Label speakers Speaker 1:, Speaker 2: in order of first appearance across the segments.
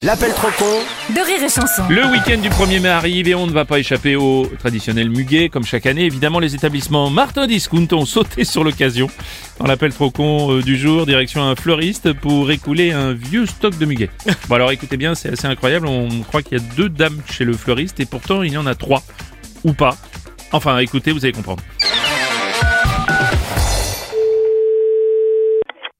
Speaker 1: L'appel trop con
Speaker 2: de rire et chanson.
Speaker 3: Le week-end du 1er mai arrive et on ne va pas échapper au traditionnel muguet. Comme chaque année, évidemment, les établissements Martin Discount ont sauté sur l'occasion. Dans l'appel trop con euh, du jour, direction un fleuriste pour écouler un vieux stock de muguet. Bon alors écoutez bien, c'est assez incroyable. On croit qu'il y a deux dames chez le fleuriste et pourtant il y en a trois. Ou pas. Enfin écoutez, vous allez comprendre.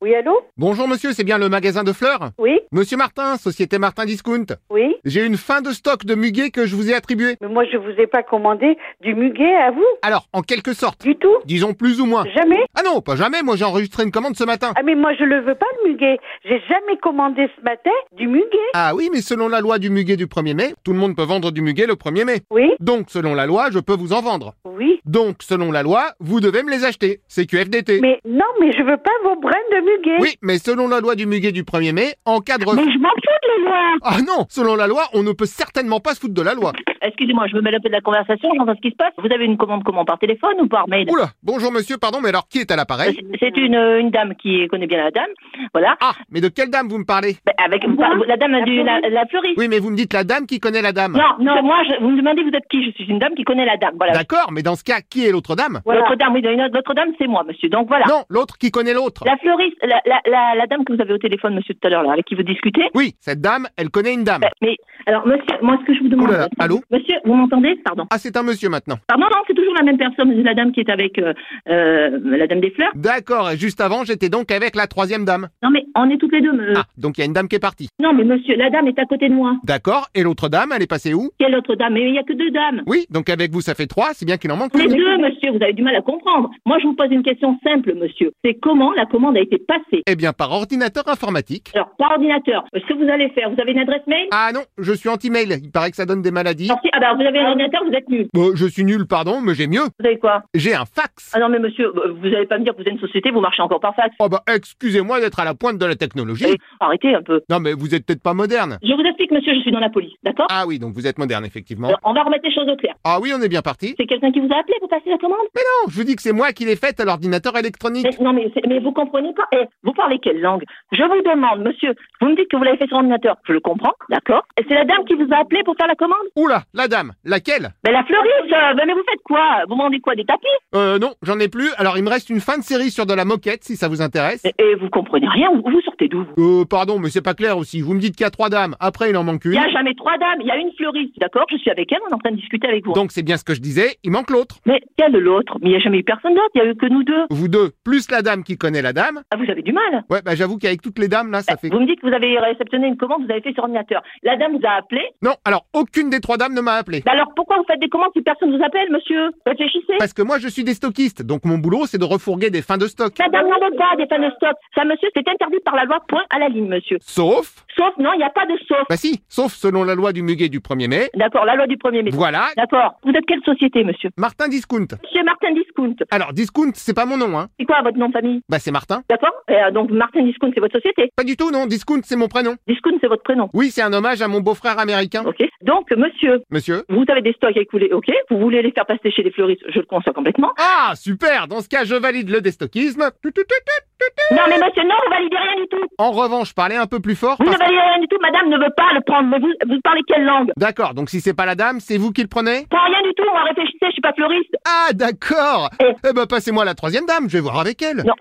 Speaker 4: Oui, allô
Speaker 5: Bonjour monsieur, c'est bien le magasin de fleurs
Speaker 4: Oui,
Speaker 5: Monsieur Martin, société Martin Discount.
Speaker 4: oui.
Speaker 5: J'ai une fin de stock de muguet que je vous ai attribuée.
Speaker 4: Mais moi, je vous ai pas commandé du muguet à vous,
Speaker 5: Alors, en quelque sorte,
Speaker 4: du tout.
Speaker 5: disons plus ou moins.
Speaker 4: Jamais.
Speaker 5: Ah non, pas jamais, moi j'ai enregistré une commande ce matin.
Speaker 4: Ah, mais moi, je le veux pas, le muguet. J'ai jamais commandé ce matin du muguet.
Speaker 5: Ah oui, mais selon la loi du muguet du 1er mai, tout le monde peut vendre du muguet le 1er mai.
Speaker 4: Oui,
Speaker 5: Donc, selon la loi, je peux vous en vendre.
Speaker 4: oui.
Speaker 5: Donc, selon la loi, vous devez me les acheter. C'est QFDT.
Speaker 4: Mais non, mais je veux pas vos brins de muguet.
Speaker 5: Oui, mais selon la loi du muguet du 1er mai, en cas de ref-
Speaker 4: Mais je m'en fous de la loi.
Speaker 5: Ah non, selon la loi, on ne peut certainement pas se foutre de la loi.
Speaker 6: Excusez-moi, je me mêle un peu de la conversation, j'entends ce qui se passe. Vous avez une commande comment Par téléphone ou par mail
Speaker 5: Oula, bonjour monsieur, pardon, mais alors qui est à
Speaker 6: Euh,
Speaker 5: l'appareil
Speaker 6: c'est- C'est une, euh, une dame qui connaît bien la dame, voilà.
Speaker 5: Ah, mais de quelle dame vous me parlez
Speaker 6: Ben, Avec
Speaker 4: Moi
Speaker 6: la dame
Speaker 4: La
Speaker 6: du la,
Speaker 4: fleuriste.
Speaker 6: la fleuriste.
Speaker 5: Oui, mais vous me dites la dame qui connaît la dame.
Speaker 6: Non, non, moi, je- vous me demandez vous êtes qui Je suis une dame qui connaît la dame, voilà.
Speaker 5: D'accord, mais dans ce cas, qui est l'autre dame
Speaker 4: Voilà.
Speaker 6: L'autre dame, oui, une autre- l'autre dame, c'est moi, monsieur. Donc voilà.
Speaker 5: Non, l'autre qui connaît l'autre.
Speaker 6: La fleuriste, la, la, la, la dame que vous avez au téléphone, monsieur, tout à l'heure, là, avec qui vous discutez.
Speaker 5: Oui, cette dame, elle connaît une dame.
Speaker 6: Ben, Mais alors, monsieur, moi, ce que je vous demande.
Speaker 5: Ouh là là, allô
Speaker 6: Monsieur, vous m'entendez Pardon.
Speaker 5: Ah, c'est un monsieur maintenant.
Speaker 6: Pardon, non, c'est toujours la même personne, c'est la dame qui est avec euh, euh, la dame des fleurs.
Speaker 5: D'accord, et juste avant, j'étais donc avec la troisième dame.
Speaker 6: Non, mais on est toutes les deux. euh,
Speaker 5: Ah, donc il y a une dame qui est partie.
Speaker 6: Non, mais monsieur, la dame est à côté de moi.
Speaker 5: D'accord, et l'autre dame, elle est passée où
Speaker 6: Quelle autre dame Mais il n'y a que deux dames.
Speaker 5: Oui, donc avec vous, ça fait trois, si bien qu'il en manque
Speaker 6: Les
Speaker 5: une.
Speaker 6: deux, monsieur, vous avez du mal à comprendre. Moi, je vous pose une question simple, monsieur. C'est comment la commande a été passée
Speaker 5: Eh bien, par ordinateur informatique.
Speaker 6: Alors, par ordinateur, euh, ce que vous allez faire, vous avez une adresse mail
Speaker 5: Ah non, je suis anti-mail, il paraît que ça donne des maladies.
Speaker 6: Alors, si- Ah, bah, vous avez un ordinateur, vous êtes nul.
Speaker 5: Bon, je suis nul, pardon, mais j'ai mieux.
Speaker 6: Vous avez quoi
Speaker 5: J'ai un fax.
Speaker 6: Ah non, mais monsieur, euh, vous n'allez pas me dire que vous êtes une société, vous marchez encore par fax.
Speaker 5: Oh bah, excusez-moi d'être à la pointe de la
Speaker 6: Eh,
Speaker 5: technologie.
Speaker 6: Arrêtez un peu.
Speaker 5: Non, mais vous êtes peut-être pas moderne.
Speaker 6: Je vous explique, monsieur, je suis dans la police, d'accord
Speaker 5: Ah oui, donc vous êtes moderne, effectivement.
Speaker 6: Alors, On va remettre les choses au clair.
Speaker 5: Ah oui, on est bien parti.
Speaker 6: C'est quelqu'un qui vous a appelé pour passer la commande
Speaker 5: Mais non, je vous dis que c'est moi qui l'ai faite à l'ordinateur électronique.
Speaker 6: Mais- Non, mais, c'est- mais vous comprenez pas Eh, Vous parlez quelle langue Je vous demande, monsieur, vous me dites que vous l'avez fait sur ordinateur. Je le comprends, d'accord Et c'est la dame qui vous a appelé pour faire la commande
Speaker 5: Oula, la dame, laquelle
Speaker 6: Mais la fleuriste, euh, ben, mais vous faites quoi Vous vendez quoi Des tapis
Speaker 5: Euh non, j'en ai plus. Alors il me reste une fin de série sur de la moquette si ça vous intéresse.
Speaker 6: et, et vous comprenez rien Vous, vous sortez d'où vous
Speaker 5: Euh pardon, mais c'est pas clair aussi. Vous me dites qu'il y a trois dames, après il en manque
Speaker 6: Il n'y
Speaker 5: une.
Speaker 6: a jamais trois dames, il y a une fleuriste, d'accord Je suis avec elle, on est en train de discuter avec vous.
Speaker 5: Donc c'est bien ce que je disais, il manque l'autre.
Speaker 6: Mais quelle l'autre Mais il n'y a jamais eu personne d'autre, il n'y a eu que nous deux.
Speaker 5: Vous deux, plus la dame qui connaît la dame.
Speaker 6: Ah, vous avez du mal Ben,
Speaker 5: Ouais, bah j'avoue qu'avec toutes les dames là, ça fait...
Speaker 6: Vous me dites que vous avez réceptionné une commande, vous avez fait sur ordinateur. La dame vous a appelé.
Speaker 5: Non, alors aucune des trois dames ne m'a appelé.
Speaker 6: Ben Alors pourquoi vous faites des commandes si personne vous appelle, monsieur Réfléchissez.
Speaker 5: Parce que moi je suis des stockistes, donc mon boulot c'est de refourguer des fins de stock.
Speaker 6: Madame n'en veut pas des fins de stock. Ça, monsieur, c'est interdit par la loi, point à la ligne, monsieur.
Speaker 5: Sauf...
Speaker 6: Sauf, non, il n'y a pas de sauf.
Speaker 5: Bah si, sauf selon la loi du muguet du 1er mai.
Speaker 6: D'accord, la loi du 1er mai.
Speaker 5: Voilà,
Speaker 6: D'accord. Vous êtes quelle société, monsieur
Speaker 5: Martin Discount.
Speaker 6: Monsieur Martin Discount.
Speaker 5: Alors Discount, c'est pas mon nom, hein.
Speaker 6: C'est quoi votre nom de famille
Speaker 5: Bah c'est Martin.
Speaker 6: D'accord Euh, Donc, Martin Discount, c'est votre société.
Speaker 5: Pas du tout, non, Discount c'est mon prénom.
Speaker 6: Discount, c'est votre prénom.
Speaker 5: Oui, c'est un hommage à mon beau-frère américain.
Speaker 6: OK Donc, monsieur,
Speaker 5: Monsieur
Speaker 6: vous avez des stocks à écouler, OK Vous voulez les faire passer chez les fleuristes, je le conçois complètement.
Speaker 5: Ah, super Dans ce cas, je valide le déstockisme. Tout, tout, tout, tout.
Speaker 6: Non, mais monsieur, non, vous validez rien du tout.
Speaker 5: En revanche, parlez un peu plus fort.
Speaker 6: Vous ne
Speaker 5: parce-
Speaker 6: validez rien du tout. Madame ne veut pas le prendre. Mais vous, vous parlez quelle langue
Speaker 5: D'accord, donc si c'est pas la dame, c'est vous qui le prenez
Speaker 6: Pas rien du tout. Moi, réfléchissez, je suis pas fleuriste.
Speaker 5: Ah, d'accord
Speaker 6: Eh.
Speaker 5: Eh ben, passez-moi la troisième dame, je vais voir avec elle.
Speaker 6: Non.